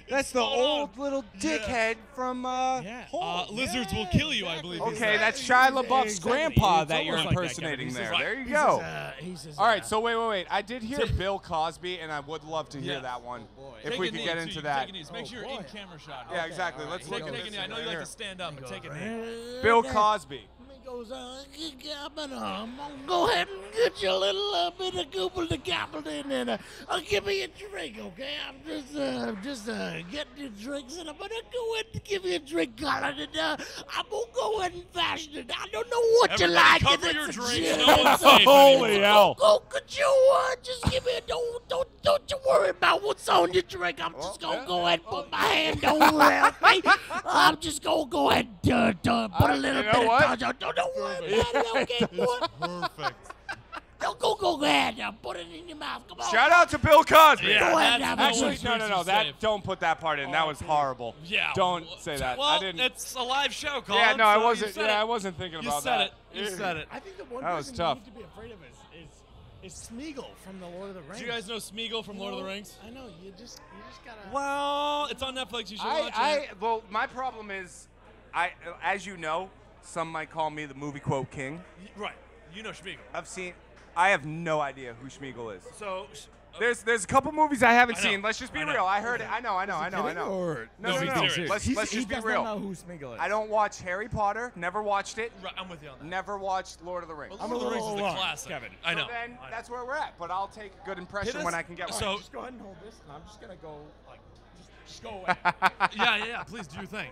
S6: That's the
S2: spot on.
S6: old little dickhead from uh,
S5: Yeah.
S2: Uh,
S5: Holes.
S2: lizards will
S5: Yeah,
S2: kill you, I believe. is
S1: Okay,
S2: that-
S1: that's Shia LaBeouf's
S5: Exactly.
S1: grandpa
S5: It's
S1: that you're
S5: almost like that guy.
S1: impersonating
S5: He's
S1: there.
S5: just like-
S1: there you
S5: he's
S1: go.
S5: just, uh, he's just,
S1: All right,
S5: uh,
S1: so wait, wait, wait. I did hear Bill Cosby, and I would love to hear
S2: Yes.
S1: that one
S5: Oh, boy.
S1: if
S2: Take
S1: we
S2: a
S1: could
S2: knee,
S1: get
S2: too.
S1: into
S2: You can
S1: that.
S2: Take a knee. Make
S5: Oh,
S2: sure
S5: boy.
S2: you're in camera shot.
S1: yeah,
S2: Okay.
S1: exactly.
S5: all
S1: Let's
S2: Take,
S5: right,
S1: look
S5: go.
S1: at
S2: take a
S1: this.
S2: knee. I know
S1: right
S2: you like
S1: here.
S2: to stand up, but take a knee.
S1: Bill
S5: Bill
S1: Cosby.
S5: He goes, uh, gobble, um, go ahead and get you a little uh, bit of gooble to gobble in and uh, uh, give me a drink, okay? I'm just uh, just uh, getting your drinks and I'm gonna go ahead and give you a drink, Colin, and uh, I'm gonna go ahead and fashion it. I don't know what
S2: Everybody
S5: you like. and
S2: cover
S5: it's
S2: your
S5: a
S2: drinks.
S5: gin.
S2: No one's safe anymore.
S5: Oh, oh, could you uh, just give me a don't don't don't you worry about what's on your drink. I'm just
S2: Oh,
S5: gonna go ahead and put my hand over it. Okay? I'm just gonna go ahead and uh, duh, put
S1: Uh,
S5: a little
S1: you know
S5: bit
S1: what?
S5: of touch. on- Don't, don't worry about it. Okay, boy.
S2: Perfect.
S5: Don't go go ahead. Now put it in your mouth. Come on.
S1: Shout out to Bill Cosby.
S2: Yeah,
S5: Go
S2: that's-
S5: ahead, have a
S2: that
S5: drink.
S1: Actually,
S2: one's
S1: no, no,
S2: too
S1: no. That
S2: safe.
S1: don't put that part in. That was horrible.
S2: Yeah.
S1: Don't
S2: well,
S1: say that.
S2: Well,
S1: I didn't.
S2: It's a live show, Colin.
S1: yeah, no, I
S2: so you
S1: wasn't.
S2: said
S1: Yeah, I
S2: it.
S1: wasn't thinking
S2: You
S1: about
S2: said
S1: that.
S2: it. You said it.
S5: I think the one
S1: That was person we tough. need
S5: to be afraid of is is, is Smeagol from The Lord of the Rings. Oh,
S2: Do you guys know Smeagol from Lord of the Rings?
S5: I know. You just you just gotta.
S2: Well, it's on Netflix. You should watch
S1: I,
S2: it.
S1: I, well, my problem is, I, as you know, some might call me the movie quote king.
S2: Y- Right. You know Smeagol.
S1: I've seen. I have no idea who Schmiegel is.
S2: So.
S1: There's there's a couple movies I haven't
S2: I know.
S1: seen. Let's just be
S2: I know.
S1: real. I heard it. I know. I know. I know. I know. No,
S2: No,
S1: no,
S2: he's
S1: no.
S2: serious.
S1: Let's, let's just be real.
S5: who Smeagol is.
S1: I don't watch Harry Potter. Never watched it.
S2: Right, I'm with you on that.
S1: Never watched Lord of the Rings.
S2: But
S5: I'm
S2: Lord
S5: a
S2: of the Rings is
S5: little
S2: the
S5: alarmed,
S2: classic.
S5: Kevin.
S2: I know.
S1: So then
S2: I know.
S1: that's where we're at. But I'll take a
S2: Hit
S1: good impression
S2: us-
S1: when I can get one.
S2: So
S5: Just go ahead and hold this, and I'm just gonna go like just, just go away.
S2: yeah, yeah, yeah. Please do your thing.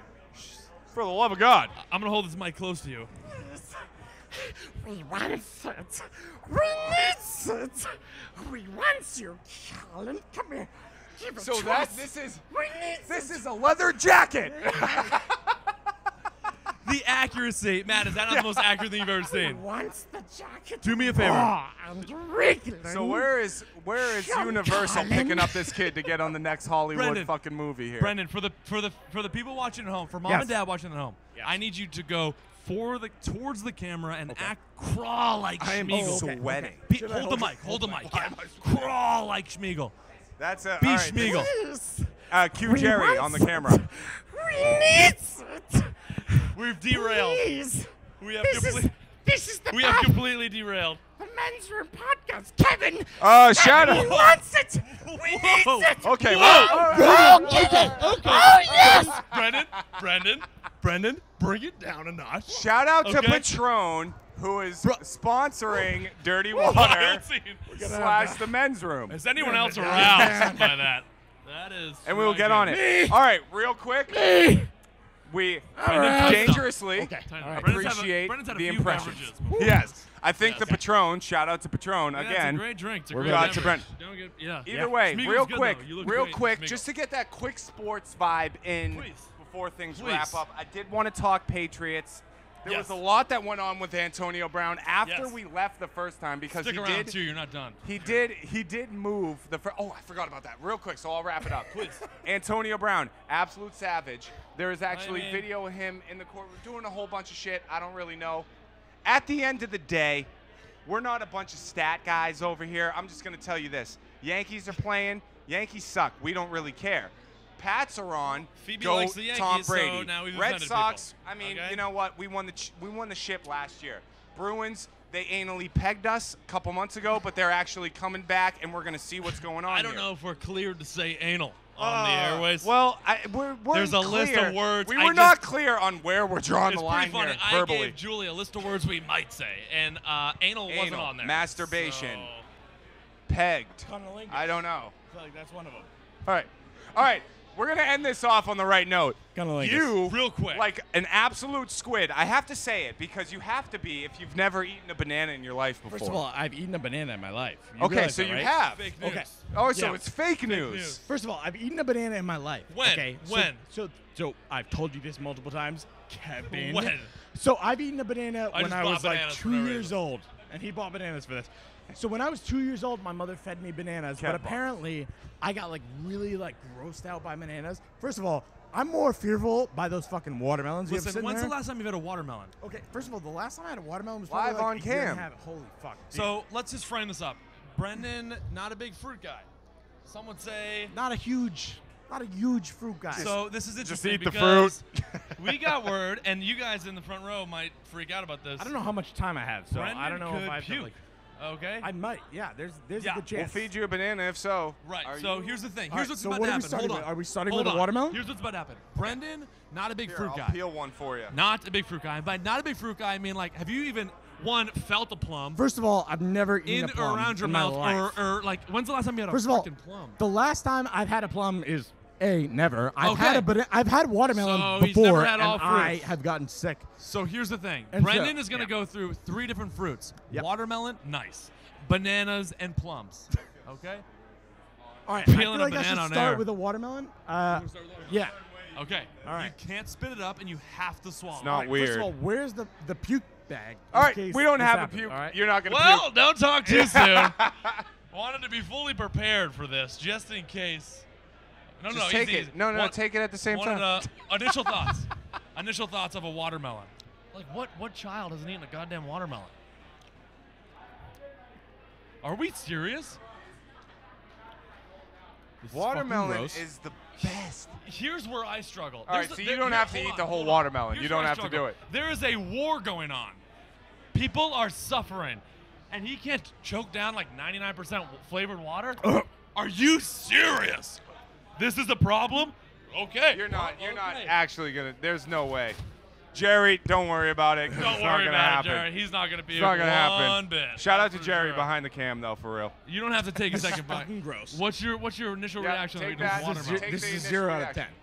S1: for the love of God.
S2: I'm gonna hold this mic close to you.
S5: We want it. We need it. We want you, Colin. Come here. Give it
S1: So
S5: to
S1: that
S5: us.
S1: this is
S5: We need
S1: this
S5: it.
S1: is a leather jacket.
S2: The accuracy, Matt. Is that not the most accurate thing you've ever
S5: He
S2: seen?
S5: wants the jacket.
S2: Do me a favor.
S5: Oh, and wriggling.
S1: So where is where is
S5: Come,
S1: Universal
S5: Colin.
S1: picking up this kid to get on the next Hollywood
S2: Brendan.
S1: fucking movie here?
S2: Brendan, for the for the for the people watching at home, for mom
S5: Yes.
S2: and dad watching at home, I need you to go for the towards the camera and act crawl like
S1: I am
S2: Schmeagle.
S1: sweating.
S2: Be, hold, the mic. Hold the mic. Yeah. Crawl like Schmeagle.
S1: That's a
S2: Be
S1: all right.
S2: Schmeagle.
S1: Uh, cue
S5: We
S1: Jerry
S5: want
S1: on the
S5: it.
S1: camera.
S5: We need it.
S2: We've derailed.
S5: Please.
S2: We have
S5: This is,
S2: complete-
S5: this is the,
S2: we have
S5: path-
S2: completely derailed.
S5: the men's room podcast. Kevin.
S1: Oh, shut
S5: Kevin
S1: up.
S5: wants it. We
S2: Whoa.
S5: need it.
S1: Okay.
S5: Oh, okay. Oh, yes.
S2: Brendan, Brendan, Brendan, bring it down a notch.
S1: Shout out to
S2: Okay.
S1: Patron who is sponsoring Dirty Water
S2: Wild scene.
S1: slash the men's room.
S2: Is anyone else aroused by that? That is.
S1: And we will
S2: not
S1: get
S2: good.
S1: on it. All right, real quick. We
S2: right.
S1: dangerously
S2: Time- Brendan's had a-
S1: appreciate
S2: Brendan's had a
S1: the
S2: few
S1: impression.
S2: beverages before.
S1: Yes. I think
S2: Yes.
S1: the Patron, shout out to Patron
S2: Yeah, it's
S1: again.
S2: a great drink. It's a
S1: We're
S2: great
S1: glad to
S2: beverage.
S1: Brent.
S2: Don't get yeah.
S1: Either
S2: yeah.
S1: way,
S2: Schmeagle's
S1: real
S2: good,
S1: quick,
S2: though. You look
S1: real
S2: great,
S1: quick,
S2: Schmeagle.
S1: just to get that quick sports vibe in
S2: Please.
S1: before things
S2: Please.
S1: wrap up. I did want to talk Patriots. There
S2: Yes.
S1: was a lot that went on with Antonio Brown after
S2: Yes.
S1: we left the first time because
S2: Stick
S1: he
S2: around
S1: did
S2: too. You're not done.
S1: he did he did move the fir- oh I forgot about that real quick so I'll wrap it up please Antonio Brown absolute savage there is actually
S2: mean-
S1: video of him in the courtroom doing a whole bunch of shit I don't really know at the end of the day we're not a bunch of stat guys over here I'm just gonna tell you this Yankees are playing Yankees suck we don't really care Pats are on
S2: Phoebe
S1: go
S2: likes the
S1: Tom
S2: Yankees, so
S1: Brady
S2: now we've
S1: Red
S2: offended
S1: Sox
S2: people.
S1: I mean
S2: Okay?
S1: you know what we won the ch- we won the ship last year Bruins they anally pegged us a couple months ago, but they're actually coming back, and we're going to see what's going on.
S2: I don't
S1: here.
S2: know if we're cleared to say anal Ah, on the
S1: Uh,
S2: airways.
S1: Well, I, we're, we're
S2: There's a list of
S1: clear.
S2: words.
S1: We
S2: I
S1: were
S2: just-
S1: not clear on where we're drawing
S2: it's
S1: the line
S2: pretty funny.
S1: here verbally.
S2: I gave Julie a list of words we might say, and uh, anal, wasn't
S1: Anal,
S2: on there.
S1: masturbation.
S2: So-
S1: Pegged.
S5: Cunnilingus.
S1: I don't know.
S5: feel like that's one of them.
S1: All right, all right. We're gonna end this off on the right note.
S5: Cunnilingus.
S1: You
S2: Real quick.
S1: like an absolute squid. I have to say it because you have to be if you've never eaten a banana in your life before.
S5: First of all, I've eaten a banana in my life. You
S1: okay,
S5: realize
S1: so
S5: that,
S1: you
S5: right?
S1: have.
S2: Fake news.
S5: Okay.
S1: Oh, so
S5: Yeah.
S1: it's fake news.
S2: news.
S5: First of all, I've eaten a banana in my life.
S2: When?
S5: Okay. so-
S2: When?
S5: So, so, I've told you this multiple times, Kevin.
S2: When?
S5: So I've eaten a banana
S2: I
S5: when
S2: just
S5: I
S2: bought
S5: was like
S2: bananas for no
S5: two years
S2: reason.
S5: old, and he bought bananas for this. So when I was two years old, my mother fed me bananas,
S1: Kev
S5: but
S1: bought.
S5: apparently I got like really like grossed out by bananas. First of all, I'm more fearful by those fucking watermelons. you have
S2: Listen,
S5: sitting
S2: when's
S5: there.
S2: the last time you've had a watermelon?
S5: Okay, first of all, the last time I had a watermelon was probably
S1: Live
S5: like
S1: on
S5: a year and a
S1: cam.
S5: half- Holy fuck.
S2: So let's just frame this up. Brendan, not a big fruit guy. Some would say.
S5: not a huge, not a huge fruit guy.
S2: So this is interesting
S1: eat the
S2: because we got word, and you guys in the front row might freak out about this.
S5: I don't know how much time I have, so
S2: Brendan
S5: I don't know
S2: could
S5: if I have
S2: puke.
S5: like.
S2: okay.
S5: I might. Yeah, there's there's
S2: Yeah,
S5: a good
S2: we'll
S1: We'll
S5: chance.
S1: feed you a banana if so.
S2: Right.
S1: Are
S2: so
S1: you-
S2: here's the thing.
S5: All
S2: Here's
S5: right,
S2: what's
S5: so
S2: about
S5: what
S2: to
S5: are we
S2: happen.
S5: starting
S2: Hold
S5: with?
S2: on.
S5: Are we starting
S2: Hold
S5: with a
S2: on.
S5: watermelon?
S2: Here's what's about to happen. Brendan, not a big
S1: Here,
S2: fruit
S1: I'll
S2: guy.
S1: peel one for you.
S2: Not a big fruit guy. And by not a big fruit guy, I mean like, have you even one felt a plum
S5: First of all, I've never
S2: in
S5: eaten a
S2: or
S5: plum
S2: around your
S5: in
S2: mouth,
S5: my life.
S2: or or like, when's the last time you had a
S5: First of all,
S2: fucking plum?
S5: the last time I've had a plum is a never. I've
S2: Okay.
S5: had a bana- I've had watermelon
S2: So he's
S5: before,
S2: never had all
S5: and I
S2: fruits.
S5: have gotten sick.
S2: So here's the thing.
S5: And so-
S2: Brendan is going to
S5: yeah.
S2: go through three different fruits:
S5: Yep.
S2: watermelon, nice, bananas, and plums. Okay.
S5: All right, I
S2: Peeling
S5: feel
S2: a
S5: like I should
S2: banana on
S5: start
S2: air.
S5: with a watermelon. Uh, yeah.
S2: Okay.
S5: All right.
S2: You can't spit it up, and you have to swallow.
S1: not
S2: it.
S1: weird.
S5: First of all, where's the the puke bag?
S1: All
S5: in
S1: right,
S5: case
S1: we don't
S5: this
S1: have a
S5: happens,
S1: puke.
S5: All right.
S1: You're not gonna
S2: Well,
S1: puke.
S2: don't talk too soon. Wanted to be fully prepared for this, just in case. No,
S1: Just
S2: no,
S1: take
S2: easy,
S1: it.
S2: easy.
S1: No, no,
S2: One-
S1: take it at the same
S2: wanted,
S1: time.
S2: uh, initial thoughts. Initial thoughts of a watermelon. Like what? What child hasn't eaten a goddamn watermelon? Are we serious?
S1: Watermelon
S5: gross.
S1: is the best.
S2: Here's where I struggle.
S1: All right,
S2: There's a-
S1: so you
S2: there-
S1: don't
S2: here-
S1: have to
S2: hold
S1: eat
S2: on,
S1: the whole
S2: hold on.
S1: watermelon. You
S2: Here's
S1: don't
S2: where I
S1: have to do
S2: struggle.
S1: it.
S2: There is a war going on. People are suffering, and he can't choke down like 99% w- flavored water. are you serious? This is a problem. Okay.
S1: You're not. You're not
S2: Okay.
S1: actually gonna. There's no way. Jerry, don't worry about it. 'cause
S2: Don't
S1: it's not
S2: worry
S1: gonna
S2: about
S1: happen.
S2: it, Jared. He's not going to be
S1: It's not gonna
S2: one
S1: happen.
S2: bit.
S1: Shout out
S2: That's
S1: to
S2: for
S1: Jerry
S2: sure.
S1: behind the cam though, for real.
S2: You don't have to take a second bite.
S5: Fucking gross.
S2: What's your What's your initial
S1: Yeah,
S2: reaction to
S1: take
S2: eating
S1: that.
S2: watermelon?
S1: This is your-
S5: This
S1: the
S5: is
S1: initial
S5: zero out of
S1: reaction.
S5: ten.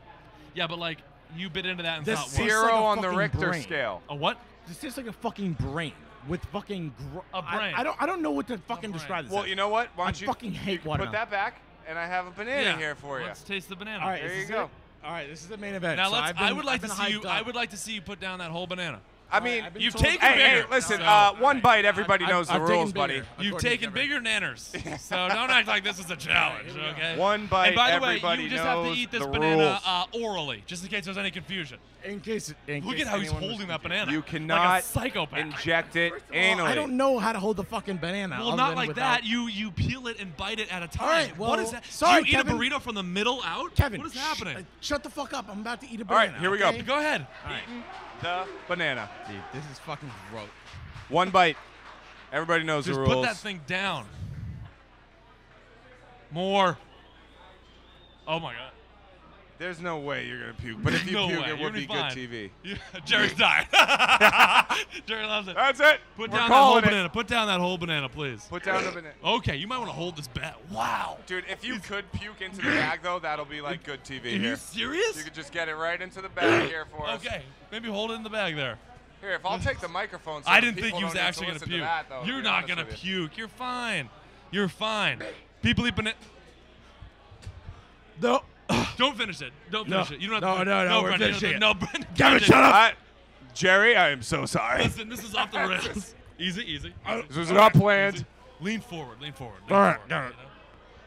S2: yeah, but like you bit into that and
S5: This
S2: thought,
S5: is-
S2: what?
S1: Zero
S5: like a
S1: on the
S5: fucking
S1: Richter
S5: brain.
S1: scale.
S2: A what?
S5: This tastes like a fucking brain with fucking gr-
S2: A
S5: I-
S2: brain.
S5: I, don't. I don't know what to fucking
S2: brain.
S5: describe this.
S1: Well,
S5: as.
S1: you know what? Why
S5: I
S1: don't you
S5: fucking hate
S1: you Put
S5: watermelon.
S1: that back, and I have a banana
S2: yeah.
S1: here for you.
S2: Let's taste the banana.
S5: All right,
S1: There
S5: this
S1: you
S5: is
S1: go.
S5: it? All right, this is the main event.
S2: Now
S5: so
S2: let's.
S5: I've been-
S2: I would like
S5: I've
S2: to
S5: been
S2: see you.
S5: hyped
S2: I
S5: up.
S2: would like to see you put down that whole banana.
S1: I mean,
S5: I've been
S2: You've
S5: told-
S2: taken
S1: hey, hey,
S2: bigger.
S1: listen.
S2: So-
S1: Uh, one bite, everybody
S5: I've-
S1: knows the
S5: I've taken
S1: rules, buddy.
S5: bigger.
S2: You've
S5: According to
S2: taken
S5: Kevin.
S2: bigger nanners, so don't act like this is a challenge,
S5: All right, here we go.
S2: okay?
S1: One bite,
S2: And by the way,
S1: everybody
S2: you just have to
S1: knows
S2: eat this
S1: the
S2: banana
S1: rules.
S2: uh, orally, just in case there's any confusion.
S5: In case, in
S2: Look
S5: case
S2: at how he's
S5: anyone was
S2: holding that
S5: confused.
S2: banana.
S1: You
S2: like a
S1: cannot
S2: psychopath.
S1: Inject it
S5: Well,
S1: anally.
S5: I don't know how to hold the fucking banana.
S2: Well,
S5: other
S2: not
S5: than uh,
S2: like
S5: without-
S2: that. You you peel it and bite it at a time.
S5: right,
S2: what
S5: well,
S2: is that?
S5: sorry,
S2: Do you
S5: Kevin.
S2: eat a burrito from the middle out?
S5: Kevin,
S2: what is
S5: shh,
S2: happening?
S5: uh, shut the fuck up! I'm about to eat a
S1: All right,
S5: banana.
S1: here we go.
S5: okay?
S2: Go ahead.
S1: the banana.
S5: Dude, this is fucking gross.
S1: One bite. Everybody knows
S2: Just
S1: the rules.
S2: put that thing down. More. Oh my god.
S1: There's no way you're gonna puke, but if you
S2: no
S1: puke,
S2: way.
S1: it
S2: You're
S1: would be good
S2: gonna
S1: TV.
S2: fine. Yeah, Jerry's dying. Jerry loves it.
S1: That's it.
S2: Put
S1: We're
S2: down that whole
S1: calling it.
S2: banana. Put down that whole banana, please.
S1: Put down the banana.
S2: Okay, you might want to hold this bat. Wow.
S1: Dude, if you could puke into the bag though, that'll be like good TV
S2: Are you
S1: here. You
S2: serious?
S1: could just get it right into the bag here for us.
S2: Okay, maybe hold it in the bag there.
S1: Here, if I'll take the microphone. So
S2: I
S1: the
S2: didn't think
S1: people
S2: he was
S1: don't need
S2: actually
S1: to
S2: gonna
S1: listen
S2: puke.
S1: that, though, to
S2: You're
S1: be
S2: not
S1: honest
S2: gonna
S1: with you.
S2: puke. You're fine. You're fine. People eat banana.
S5: No.
S2: Don't finish it. Don't
S5: No.
S2: finish it. You don't have to.
S5: No, no, no, we're
S2: Brendan, you don't
S5: finishing
S2: have to- No, Brendan.
S5: Gavin,
S2: Brendan.
S5: shut up.
S1: All right. Jerry, I am so sorry.
S2: Listen, this is off the rails. easy, easy.
S1: This was not planned.
S2: Easy. Lean forward, lean forward. Lean
S4: All right,
S2: forward,
S4: all right.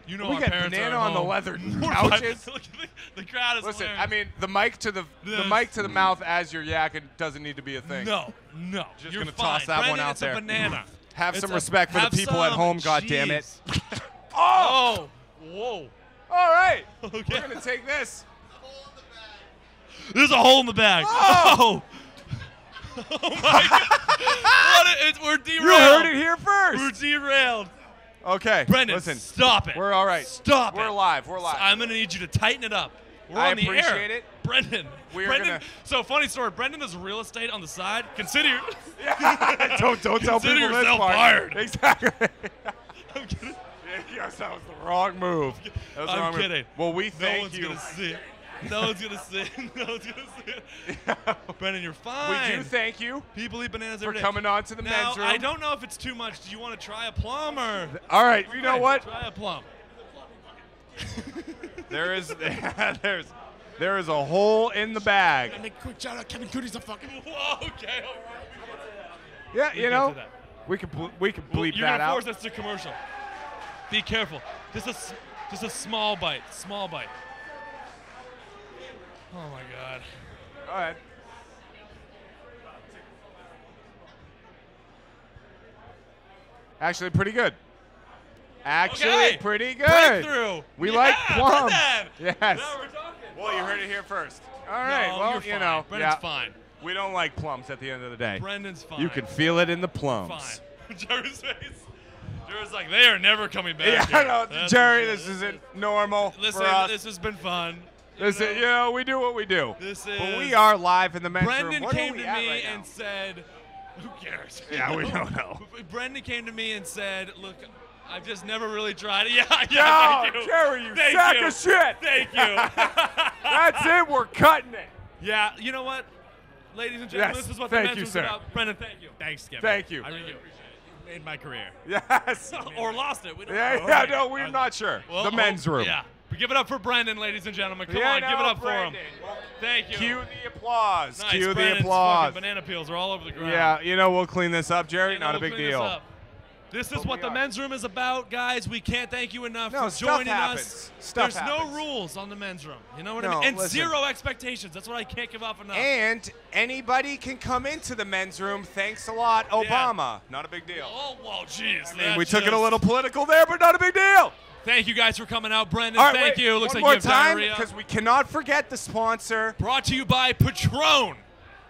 S2: You know, you know
S1: We
S2: our
S1: got
S2: parents
S1: banana
S2: are at
S1: on the
S2: home.
S1: leather
S2: Mortified.
S1: couches.
S2: Look at the- the crowd is
S1: Listen,
S2: hilarious.
S1: I mean, the mic to the the
S2: Yes.
S1: mic to the mouth as you're yakking doesn't need to be a thing.
S2: No, no.
S1: Just
S2: you're
S1: gonna
S2: fine.
S1: toss that one
S2: Brandon,
S1: out
S2: it's
S1: there.
S2: A banana.
S1: Have
S2: It's
S1: some
S2: a-
S1: respect for the
S2: have
S1: people at
S2: some,
S1: home, goddammit.
S2: jeez. oh, whoa.
S1: All right,
S2: Okay.
S1: we're gonna take this.
S2: There's a hole in the bag. Oh. Oh my god. What a- it's, we're derailed.
S1: You heard it here
S2: We're
S1: first.
S2: derailed.
S1: Okay,
S2: Brendan,
S1: listen,
S2: stop it.
S1: we're all right.
S2: Stop
S1: We're
S2: it.
S1: live. We're live.
S2: I'm gonna need you to tighten it up. We're
S1: I
S2: on the air.
S1: appreciate it.
S2: Brendan.
S1: We are
S2: Brendan.
S1: gonna-
S2: So funny story. Brendan does real estate on the side. Consider.
S1: don't don't
S2: Consider
S1: tell people this
S2: yourself
S1: part.
S2: fired.
S1: Exactly.
S2: I'm kidding.
S1: yes, that was the wrong move. That was the
S2: I'm
S1: wrong move.
S2: kidding.
S1: Well, we
S2: No
S1: thank
S2: one's
S1: you.
S2: gonna see it. No one's gonna see it. No one's gonna see it. Brendan, you're
S1: we
S2: fine.
S1: do thank you
S2: People eat bananas
S1: for
S2: every day.
S1: coming on to the
S2: now,
S1: men's room.
S2: I don't know if it's too much. Do you want to try a plum or?
S1: All right, you know
S2: Fine,
S1: what?
S2: Try a plum.
S1: There is there's there is a hole in the bag.
S5: And a quick shout out, Kevin Cootie's a fucking.
S2: Whoa, okay, all right.
S1: Yeah,
S2: We
S1: you
S2: can
S1: know,
S2: do that.
S1: we could ble- we could bleep
S2: You're
S1: that
S2: gonna
S1: out.
S2: force us to commercial. Be careful. Just a s- just a small bite. Small bite. Oh my God.
S1: All right. Actually, pretty good. Actually,
S2: Okay.
S1: pretty good.
S2: Breakthrough.
S1: We
S2: Yeah,
S1: like plum.
S2: Brendan.
S1: Yes.
S2: Now we're talking.
S1: Well, you heard it here first. All right.
S2: No,
S1: well,
S2: you're
S1: you
S2: fine.
S1: know,
S2: Brendan's
S1: yeah.
S2: fine.
S1: We don't like plums at the end of the day.
S2: Brendan's fine.
S1: you can feel it in the plums.
S2: fine. Jerry's face. Jerry's like, they are never coming back.
S1: Yeah,
S2: here.
S1: I know,
S2: That's
S1: Jerry,
S2: for sure.
S1: this isn't normal
S2: Listen,
S1: for us.
S2: this has been fun. You
S1: This
S2: know,
S1: is, you know, we do what we do.
S2: This
S1: but
S2: is-
S1: we are live in the men's room.
S2: Brendan
S1: What are
S2: came
S1: we
S2: to me
S1: at right now?
S2: and said, "Who cares?"
S1: Yeah, we don't know.
S2: Brendan came to me and said, "Look, I've just never really tried it." Yeah, yeah.
S1: No,
S2: thank you.
S1: Jerry, you
S2: Thank
S1: sack
S2: you.
S1: of shit.
S2: Thank you.
S1: That's it. We're cutting it.
S2: yeah, you know what, ladies and gentlemen,
S1: Yes,
S2: this is what
S1: thank
S2: the match
S1: you,
S2: was
S1: sir.
S2: about. Brendan, thank you.
S7: Thanks, Kevin.
S1: Thank you.
S7: I really appreciate it. You made my career.
S1: Yes.
S2: or lost it. We don't
S1: Yeah,
S2: know.
S1: yeah, no, we're not sure.
S2: Well,
S1: the men's
S2: oh,
S1: room.
S2: Yeah. But give it up for Brendan, ladies and gentlemen. Come
S1: Yeah,
S2: on, give
S1: no,
S2: it up
S1: Brendan.
S2: for him. Thank you.
S1: Cue the applause.
S2: nice.
S1: Cue
S2: Brendan's
S1: the applause.
S2: fucking Banana peels are all over the ground.
S1: Yeah, you know, we'll clean this up, Jerry.
S2: Hey,
S1: Not a
S2: we'll
S1: big
S2: clean this
S1: deal.
S2: up. This is
S1: But
S2: what
S1: we
S2: the
S1: are.
S2: men's room is about, guys. We can't thank you enough
S1: No,
S2: for
S1: stuff
S2: joining us.
S1: happens. Stuff
S2: There's
S1: happens.
S2: no rules on the men's room. You know what I
S1: No,
S2: mean? And
S1: listen.
S2: zero expectations. That's what I can't give up enough.
S1: And anybody can come into the men's room. Thanks a lot, Obama. Not a big deal.
S2: oh, whoa, jeez.
S1: I mean,
S2: that
S1: we took it a
S2: just-
S1: little political there, but not a big deal.
S2: Thank you guys for coming out, Brendan.
S1: All right,
S2: thank
S1: wait,
S2: you. Looks
S1: one
S2: like you
S1: more
S2: have
S1: time
S2: diarrhea.
S1: because we cannot forget the sponsor.
S2: Brought to you by Patron.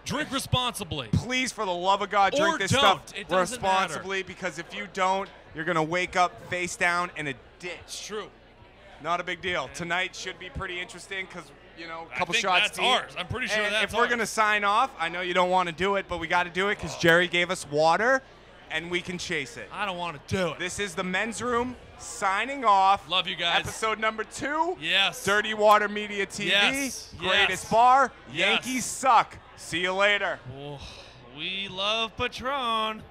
S2: Drink responsibly.
S1: Please, for the love of God, drink
S2: Or
S1: this
S2: don't.
S1: stuff
S2: It doesn't matter.
S1: responsibly because if you don't, you're gonna wake up face down in a ditch.
S2: It's true.
S1: Not a big deal. Tonight should be pretty interesting because you know a couple
S2: think
S1: shots.
S2: that's
S1: deep.
S2: ours. I'm pretty sure
S1: And
S2: that's
S1: if we're
S2: ours.
S1: gonna sign off, I know you don't want to do it, but we got to do it because Jerry gave us water, and we can chase it.
S2: I don't want to do it.
S1: This is the men's room signing off.
S2: Love you guys.
S1: Episode number two.
S2: yes.
S1: Dirty Water Media TV.
S2: Yes,
S1: Greatest
S2: yes,
S1: bar.
S2: yes.
S1: Yankees suck. See you later.
S2: Oh, we love Patron.